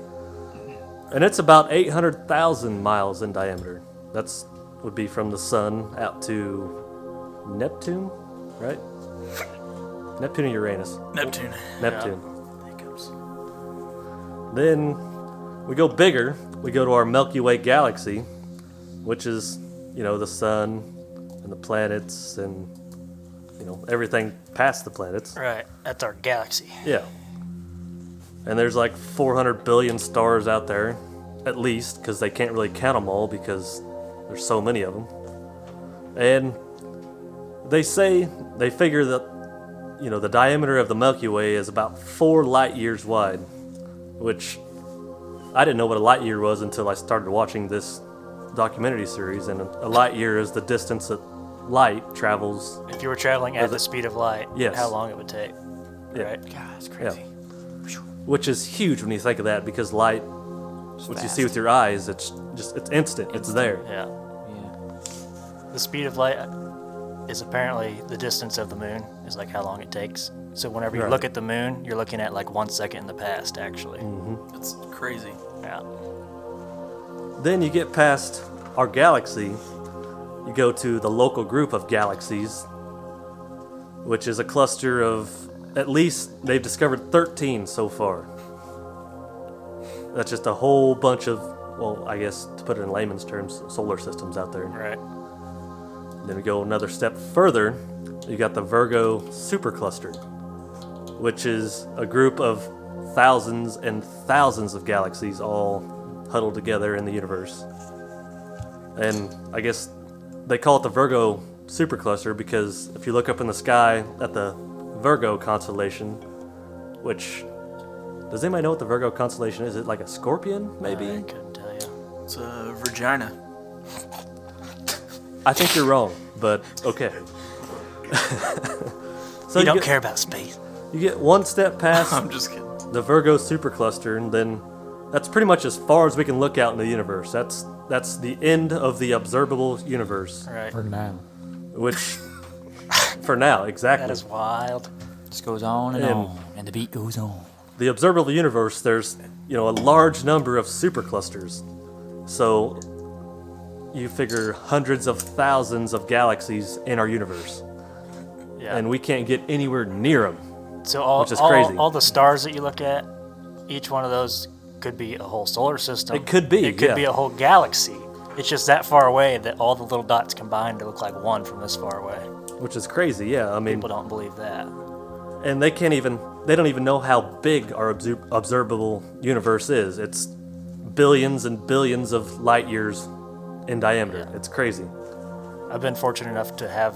And it's about 800,000 miles in diameter. That's would be from the sun out to Neptune, right? Neptune and Uranus.
Neptune.
Neptune.
Hiccups.
Then we go bigger. We go to our Milky Way galaxy, which is, you know, the sun and the planets and, you know, everything past the planets.
Right. That's our galaxy.
Yeah. And there's like 400 billion stars out there, at least, because they can't really count them all because there's so many of them. And they say, they figure that, you know, the diameter of the Milky Way is about four light years wide, which I didn't know what a light year was until I started watching this documentary series. And a a light year is the distance that light travels.
If you were traveling at the speed of light,
Yes.
how long it would take.
Yeah.
Right.
Yeah. Which is huge when you think of that because light, what you see with your eyes, it's just it's instant. It's there.
Yeah. The speed of light is apparently the distance of the moon is like how long it takes. So whenever you
Right. Mm.
look at the moon, you're looking at like one second in the past, actually.
That's crazy.
Yeah.
Then you get past our galaxy, you go to the local group of galaxies, which is a cluster of at least they've discovered 13 so far. That's just a whole bunch of well, I guess to put it in layman's terms, solar systems out there.
Right.
Then we go another step further. You got the Virgo supercluster, which is a group of thousands and thousands of galaxies all huddled together in the universe. And I guess they call it the Virgo supercluster because if you look up in the sky at the Virgo constellation, which does anybody know what the Virgo constellation is? Is it like a scorpion, maybe?
I couldn't tell you.
It's uh, a vagina.
I think you're wrong, but okay. *laughs* so
You don't
get,
care about space.
You get one step past
I'm just kidding.
the Virgo supercluster, and then that's pretty much as far as we can look out in the universe. That's that's the end of the observable universe,
Right.
For now.
which for now, exactly.
That is wild.
Just goes on and
Um,
on, and the beat goes on.
the observable universe, there's you know a large number of superclusters. So you figure hundreds of thousands of galaxies in our universe,
Yeah.
and we can't get anywhere near them.
So all,
Which is
all,
crazy.
all the stars that you look at, each one of those could be a whole solar system.
It could be,
It could
yeah.
be a whole galaxy. It's just that far away that all the little dots combine to look like one from this far away.
Which is crazy, yeah. I mean,
People don't believe that.
and they can't even they don't even know how big our obser- observable universe is. It's billions and billions of light years in diameter. It's crazy.
I've been fortunate enough to have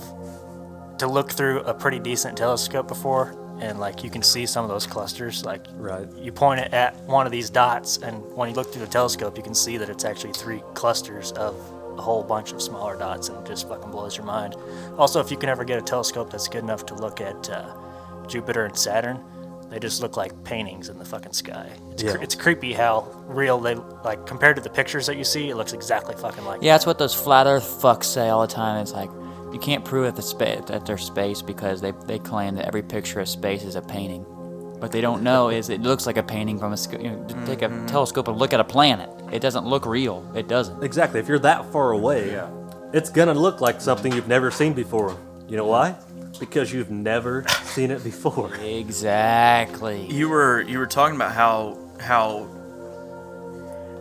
to look through a pretty decent telescope before, and like you can see some of those clusters. Like
Right.
you point it at one of these dots, and when you look through the telescope, you can see that it's actually three clusters of a whole bunch of smaller dots, and it just fucking blows your mind. Also, if you can ever get a telescope that's good enough to look at uh, Jupiter and Saturn, they just look like paintings in the fucking sky. It's,
Yeah.
cre- it's creepy how real they like compared to the pictures that you see. It looks exactly fucking like
Yeah, that's what those flat Earth fucks say all the time. It's like you can't prove that the spa- that they're space because they they claim that every picture of space is a painting. What they don't know is it looks like a painting from a sc- you know, to take a telescope and look at a planet. It doesn't look real. It doesn't.
Exactly. If you're that far away, it's gonna look like something you've never seen before. You know why? Because you've never seen it before.
Exactly.
You were you were talking about how how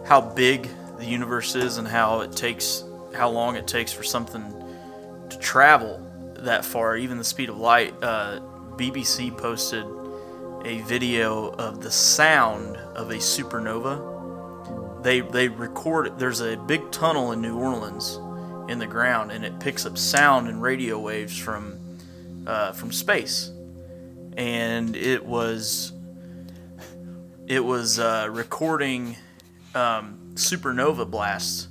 how big the universe is and how it takes how long it takes for something to travel that far, even the speed of light. Uh, BBC posted a video of the sound of a supernova. They they record. There's a big tunnel in New Orleans in the ground, and it picks up sound and radio waves from uh, from space, and it was it was uh, recording um, supernova blasts,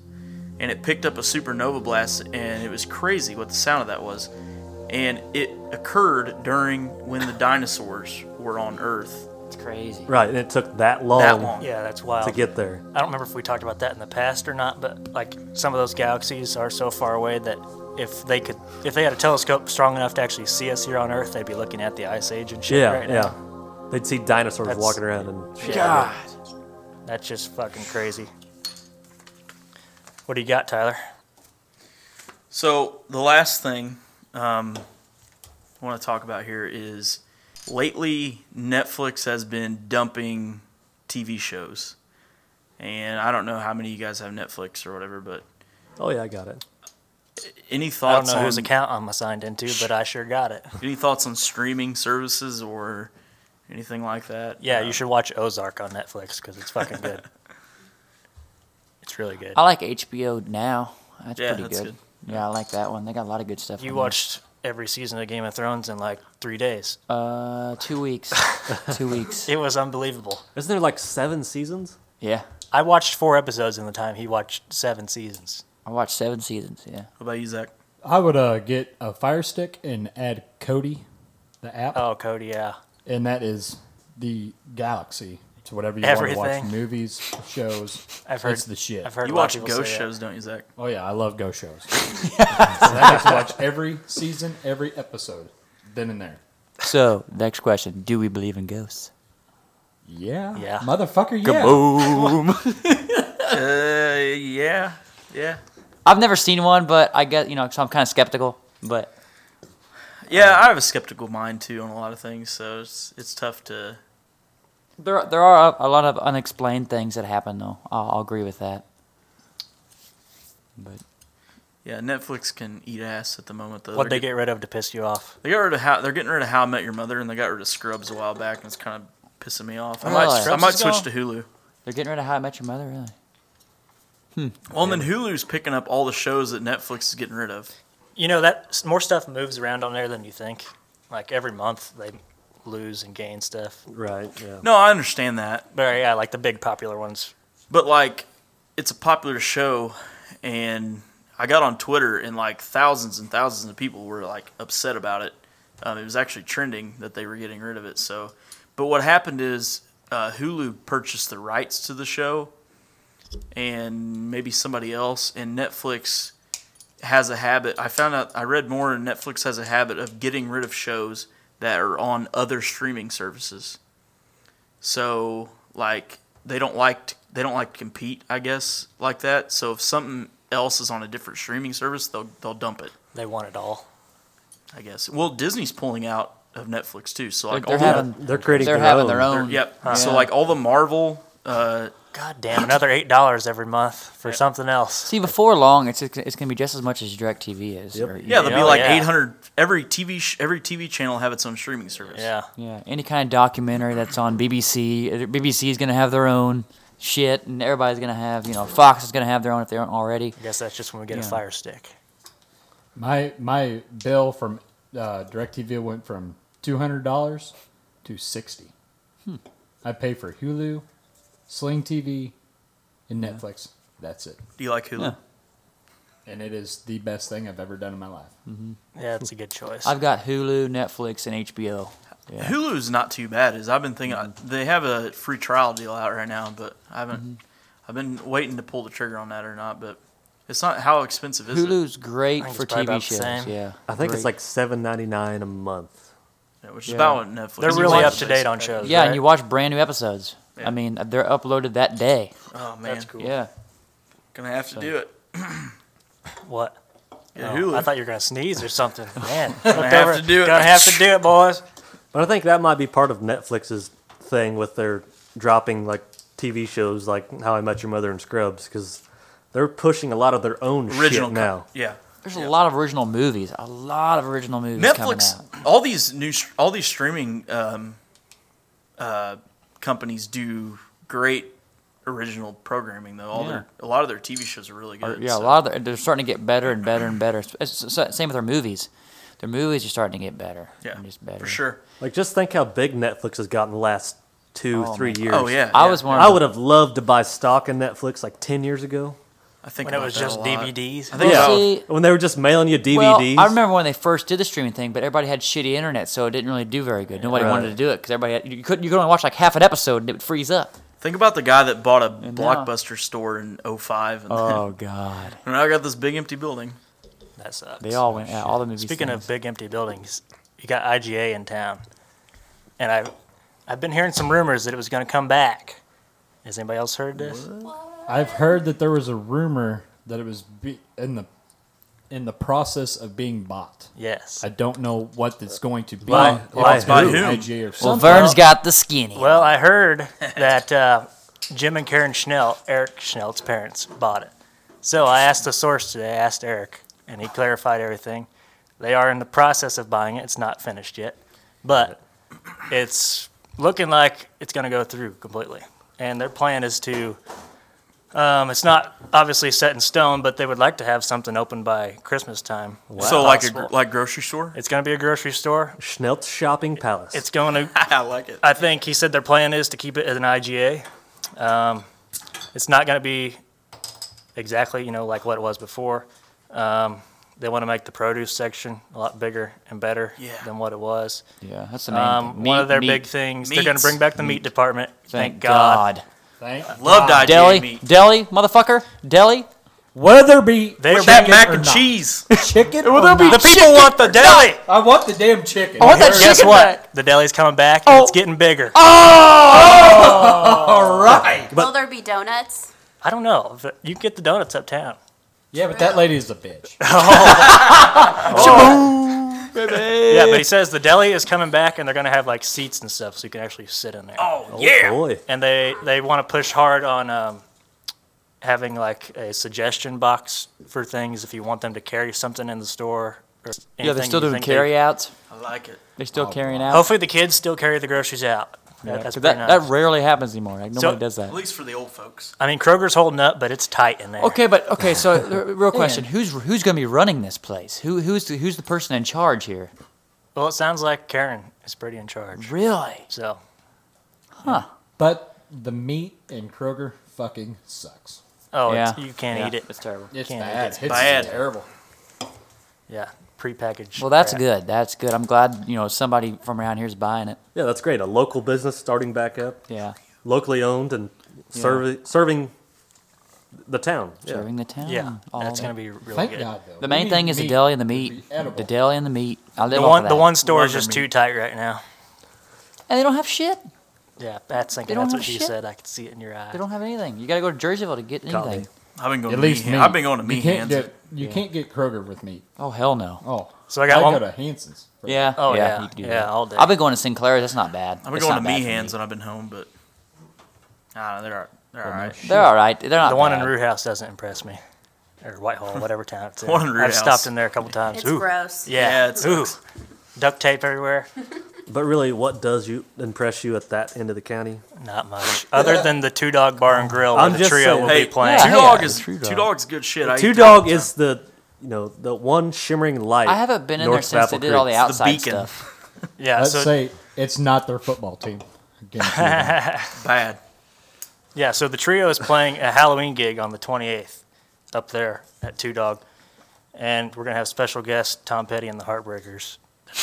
and it picked up a supernova blast, and it was crazy what the sound of that was, and it occurred during when the dinosaurs were on Earth.
It's crazy.
Right, and it took that long,
That long.
Yeah, that's wild.
to get there.
I don't remember if we talked about that in the past or not, but like some of those galaxies are so far away that if they could, if they had a telescope strong enough to actually see us here on Earth, they'd be looking at the Ice Age and shit
Yeah,
right
yeah.
now.
They'd see dinosaurs
That's-
walking around and shit.
That's just fucking crazy. What do you got, Tyler?
So the last thing um, I want to talk about here is lately Netflix has been dumping TV shows, and I don't know how many of you guys have Netflix or whatever, but
Oh yeah, I got it.
any
I don't
thoughts
know
on
whose account I'm assigned into, but I sure got it.
any thoughts on streaming services or anything like that?
Yeah, you should watch Ozark on Netflix because it's fucking good.
*laughs*
it's really good.
I like HBO now. That's
Yeah,
pretty
that's
good. Yeah, I like that one. They got a lot of good stuff.
You
on
watched every season of Game of Thrones in like three days.
there. Uh, two weeks.
*laughs*
two weeks.
It was unbelievable.
Isn't there like seven seasons?
Yeah,
I watched four episodes in the time he watched seven seasons.
I watched seven seasons. Yeah.
What about you, Zach?
I would uh, get a Fire Stick and add Cody, the app,
Oh, Cody, yeah.
and that is the galaxy. It's whatever you want to watch
Everything.
movies, shows.
*laughs* I've heard
It's the shit.
I've heard
You
a lot of
watch
people
ghost
say that.
shows, don't you, Zach?
Oh yeah, I love
*laughs*
ghost shows. so I just watch every season, every episode, then and there.
So next question: Do we believe in ghosts?
Yeah.
Yeah.
Motherfucker, yeah.
Uh, yeah, yeah,
I've never seen one, but I guess you know, so I'm kind of skeptical. But
Um,
yeah. I have a skeptical mind too on a lot of things, so it's it's tough to.
there, there are a, a lot of unexplained things that happen, though. I'll, I'll agree with that. But
Yeah, Netflix can eat ass at the moment though.
What'd
They're
they get rid of to piss you off?
They got rid of how they're getting rid of How I Met Your Mother, and they got rid of Scrubs a while back, and it's kind of pissing me off. I
Really?
might, I
Scrubs
might
is
switch
gone?
to Hulu.
they're getting rid of How I Met Your Mother, really.
Well, and then Hulu's picking up all the shows that Netflix is getting rid of.
You know that s- more stuff moves around on there than you think. Like every month they lose and gain stuff.
Right. Yeah.
No, I understand that,
But yeah, like the big popular ones.
but like, it's a popular show, and I got on Twitter, and like thousands and thousands of people were like upset about it. Um, it was actually trending that they were getting rid of it. So, but what happened is uh, Hulu purchased the rights to the show, and maybe somebody else, and Netflix has a habit. I found out. I read more. and Netflix has a habit of getting rid of shows that are on other streaming services. So like they don't like to, they don't like to compete, I guess, like that. So if something else is on a different streaming service, they'll they'll dump it,
They want it all.
I guess. Well, Disney's pulling out of Netflix too. So like
They're
all
having-
They're creating
they're
their
having
own.
their
the
own.
yep. So like all the Marvel uh
God damn, another eight dollars every month for something else.
See, before long, it's it's gonna be just as much as DirecTV is.
Yep.
or-
yeah, there'll be
Oh,
like
yeah.
800 every TV sh- every TV channel will have its own streaming service.
Yeah.
Yeah, any kind of documentary that's on BBC, uh, BBC is gonna have their own shit, and everybody's gonna have you know Fox is gonna have their own if they aren't already.
I guess that's just when we get a
Yeah.
fire stick.
My my bill from uh, Directv went from two hundred dollars to sixty. I pay for Hulu, Sling TV, and Netflix. That's it,
Do you like Hulu?
and it is the best thing I've ever done in my life.
Yeah, that's a good choice.
I've got Hulu, Netflix, and HBO. Yeah. Mm-hmm.
Hulu's not too bad. Is I've been thinking they have a free trial deal out right now, but I haven't. I've been waiting to pull the trigger on that or not, but it's not how expensive is it?
Hulu's
I
great
think
for
it's probably
TV
about the
shows.
same.
Yeah,
I think
Great.
it's like seven ninety nine a month.
Yeah, which is
Yeah.
about what Netflix.
They're
is
really
like,
up to date on
basically.
shows.
yeah,
right?
and you watch brand new episodes.
Yeah.
I mean, they're uploaded that day.
Oh man,
That's cool.
Yeah,
Gonna have to do it.
What?
Yeah,
Oh,
Hulu.
I thought you were gonna sneeze or
*laughs*
something. Man,
gonna have to do it.
Gonna have to do it, boys.
But I think that might be part of Netflix's thing with their dropping like TV shows like How I Met Your Mother and Scrubs because they're pushing a lot of their own
original
shit
co-
now.
Yeah.
there's a lot of original movies. A lot of original movies coming
Netflix,
out.
all these new, str- all these streaming um, uh, companies do great original programming though. All
Yeah.
their, a lot of their TV shows are really
Or,
good.
yeah,
so-
a lot of the, they're starting to get better and better and better. It's, it's, it's- same with their movies. Their movies are starting to get better.
yeah,
and just better.
for sure.
Like just think how big Netflix has gotten the last two,
Oh,
three
man.
years.
Oh yeah,
I
yeah.
was one. Of
I
the-
would have loved to buy stock in Netflix like ten years ago.
I think
When it
about
was
that
just
a lot.
DVDs.
I think
Yeah.
that was-
See-
when they were just mailing you DVDs.
Well, I remember when they first did the streaming thing, but everybody had shitty internet, so it didn't really do very good. Nobody
Right.
wanted to do it because everybody had, you could you could only watch like half an episode and it would freeze up.
Think about the guy that bought a
And now-
blockbuster store in 05
*laughs*
and,
Oh God,
*laughs* and I got this big empty building.
That sucks.
they all went out. All the movies.
Speaking of big empty buildings, you got IGA in town, and I've I've been hearing some rumors that it was gonna come back. Has anybody else heard this?
I've heard that there was a rumor that it was be- in the in the process of being bought.
Yes.
I don't know what it's going to be.
By-
If
by
it's
who?
IG or
well,
something.
Vern's got the skinny.
Well, I
*laughs*
heard that uh, Jim and Karen Schnell, Eric Schnell's parents, bought it. So I asked the source today, I asked Eric, and he clarified everything. They are in the process of buying it. It's not finished yet, but it's looking like it's going to go through completely. And their plan is to, um, it's not obviously set in stone, but they would like to have something open by Christmas time.
so like a gr-
Possible.
like grocery store. *laughs*
it's going to be a grocery store.
Schnelt's Shopping Palace.
It's going to
I like it.
I think he said their plan is to keep it as an IGA. Um, it's not going to be exactly, you know, like what it was before. Um, they want to make the produce section a lot bigger and better
Yeah.
than what it was.
yeah, that's the main
Um,
thing.
one of
Meat,
their
meat.
big things, they're going
Meats.
to bring back the meat, department.
Thank,
Thank, God.
God.
Thank
Loved IGA
Deli,
meat.
deli, motherfucker, deli.
whether be
They
With that
bring-
mac
or
and
not.
cheese.
*laughs* chicken.
Well,
or
there'll be
not.
the people want the deli.
I want the damn chicken.
I want that
Guess
chicken
what?
back.
The deli's coming back. And It's getting bigger.
All right.
Will there be donuts?
I don't know. but You can get the donuts uptown.
Yeah, but that lady is a bitch.
Yeah, but he says the deli is coming back, and they're going to have like seats and stuff, so you can actually sit in there.
Oh
oh
yeah.
boy.
and they they want to push hard on um, having like a suggestion box for things if you want them to carry something in the store. Or
yeah, they're
anything
still
you
doing
think they-
carryouts.
I like it.
They're still
Oh,
carrying
wow.
out.
Hopefully, the kids still carry the groceries out. That-
Yeah, 'cause
that's
that,
pretty nice.
that rarely happens anymore. Like nobody
So-
does that.
At least for the old folks.
I mean, Kroger's holding up, but it's tight in there.
Okay, but okay.
*laughs*
So, r- real question: Who's who's going to be running this place? Who who's the, who's the person in charge here?
Well, it sounds like Karen is pretty in charge.
Really?
So
But the meat in Kroger fucking sucks.
Oh,
yeah.
it's, you can't
Yeah,
eat it.
It's terrible.
It's
Can't
bad.
eat
It's
bad.
terrible.
Yeah, prepackaged.
Well, that's
crap.
good. That's good. I'm glad you know somebody from around here is buying it.
Yeah, that's great. A local business starting back up,
Yeah,
locally owned, and serving serving the town. Yeah.
serving the town.
Yeah,
all
that's
that.
gonna be really
Thank
good.
God though.
The
We
main
need
thing is the deli and the meat.
to be edible.
The deli and the meat. I live
The
off
one,
of
the
that.
one store is
Love their
just
meat.
too tight right now.
and they don't have shit.
Yeah, that's
They
thinking
don't
that's
have
what you
shit.
said. I could see it in your eye.
They don't have anything. You got to go to Jerseyville to get
Copy.
anything.
I've been going
At
to
least
meat.
meat.
I've been going to
you
meat
can't
hands.
get you can't get Kroger with meat.
Oh hell no.
Oh,
So I got one-
go to Hanson's. for-
Yeah.
Oh, yeah.
you can do
Yeah,
that.
all day.
I've been going to Sinclair's. That's not bad.
I've been
It's
going to
not bad
meat
for me.
hands when I've been home, but I don't know, they're they're all right.
They're all right. They're not
the one in
Uh,
bad.
Rue House doesn't impress me, or
*laughs*
Whitehall, whatever town it's in.
One in Rue
I've
House.
stopped in there a couple times.
It's
Ooh,
gross.
Yeah,
yeah,
it
ooh, duct tape everywhere.
But really, what does you impress you at that end of the county?
Not much, other than the Two Dog Bar and Grill where
I'm
the
just
trio
saying-
will
Hey,
be playing.
two
yeah.
dog is
The True
two
Dog.
dogs good shit. I
Two
eat that all
Dog
the time.
is the you know the one shimmering light.
I haven't been in there
north of
since they
Apple
did all the
Creek.
It's the
outside
beacon.
stuff.
Yeah,
Let's
so
say it's not their football
*laughs*
team. I guarantee that.
bad.
yeah, so the trio is playing a Halloween gig on the 28th up there at Two Dog, and we're gonna have special guest Tom Petty and the Heartbreakers.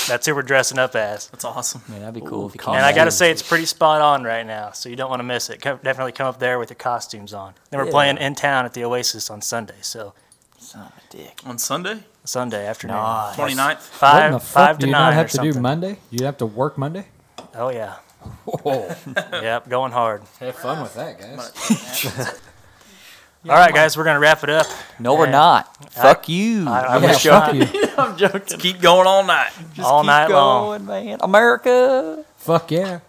That's who we're dressing up as.
That's awesome.
Man, that'd be cool.
Oh,
if
And
you came
I
back.
gotta say, it's pretty spot on right now, so you don't want to miss it. Come, definitely come up there with your costumes on. Then we're playing in town at the Oasis on Sunday, so
Son of a dick.
On Sunday,
Sunday afternoon,
29th.
What in the
five
fuck
five
do
to
you
nine
not have
or
to
something.
do Monday? You have to work Monday.
oh yeah,
Whoa.
*laughs* yep, going hard.
have fun with that, guys.
All right, guys, we're gonna wrap it up.
No, we're
Yeah.
not. Fuck you.
I, I
Yeah,
wish
fuck
y'all
you.
I'm joking.
keep going all night.
all night long.
man. America.
Fuck yeah.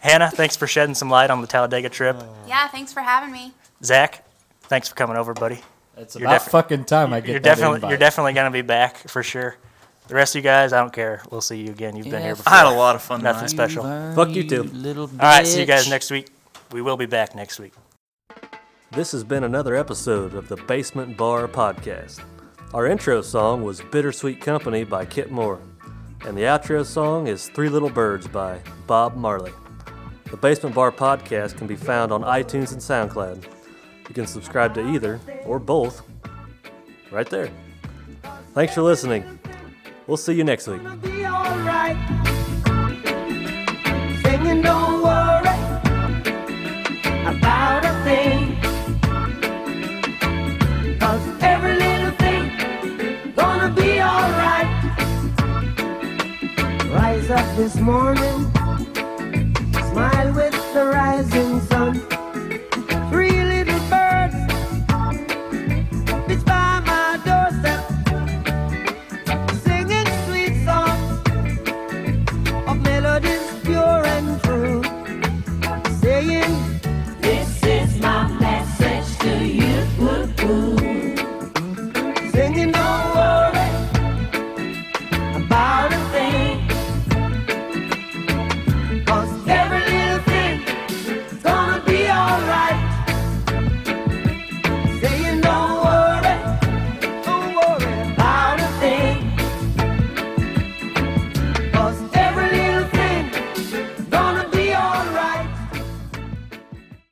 Hannah, thanks for shedding some light on the Talladega trip.
Yeah, thanks for having me.
Zach, thanks for coming over, buddy.
It's
You're
about
defi-
fucking time I get
You're
that
definitely
invite.
you're definitely gonna be back for sure. The rest of you guys, I don't care. We'll see you again. You've been here
Yes.
before.
I had a lot of fun.
Nothing
tonight.
special. All
Burn,
Fuck you too.
Little bitch.
right, see you guys next week. We will be back next week.
This has been another episode of the Basement Bar Podcast. Our intro song was Bittersweet Company by Kit Moore, and the outro song is Three Little Birds by Bob Marley. The Basement Bar Podcast can be found on iTunes and SoundCloud. You can subscribe to either or both right there. Thanks for listening. We'll see you next week.
be alright. Singing, don't worry about a thing. 'Cause every little thing gonna be alright. Rise up this morning, smile with the rising sun. Three little birds, it's by my doorstep singing sweet songs of melodies pure and true, saying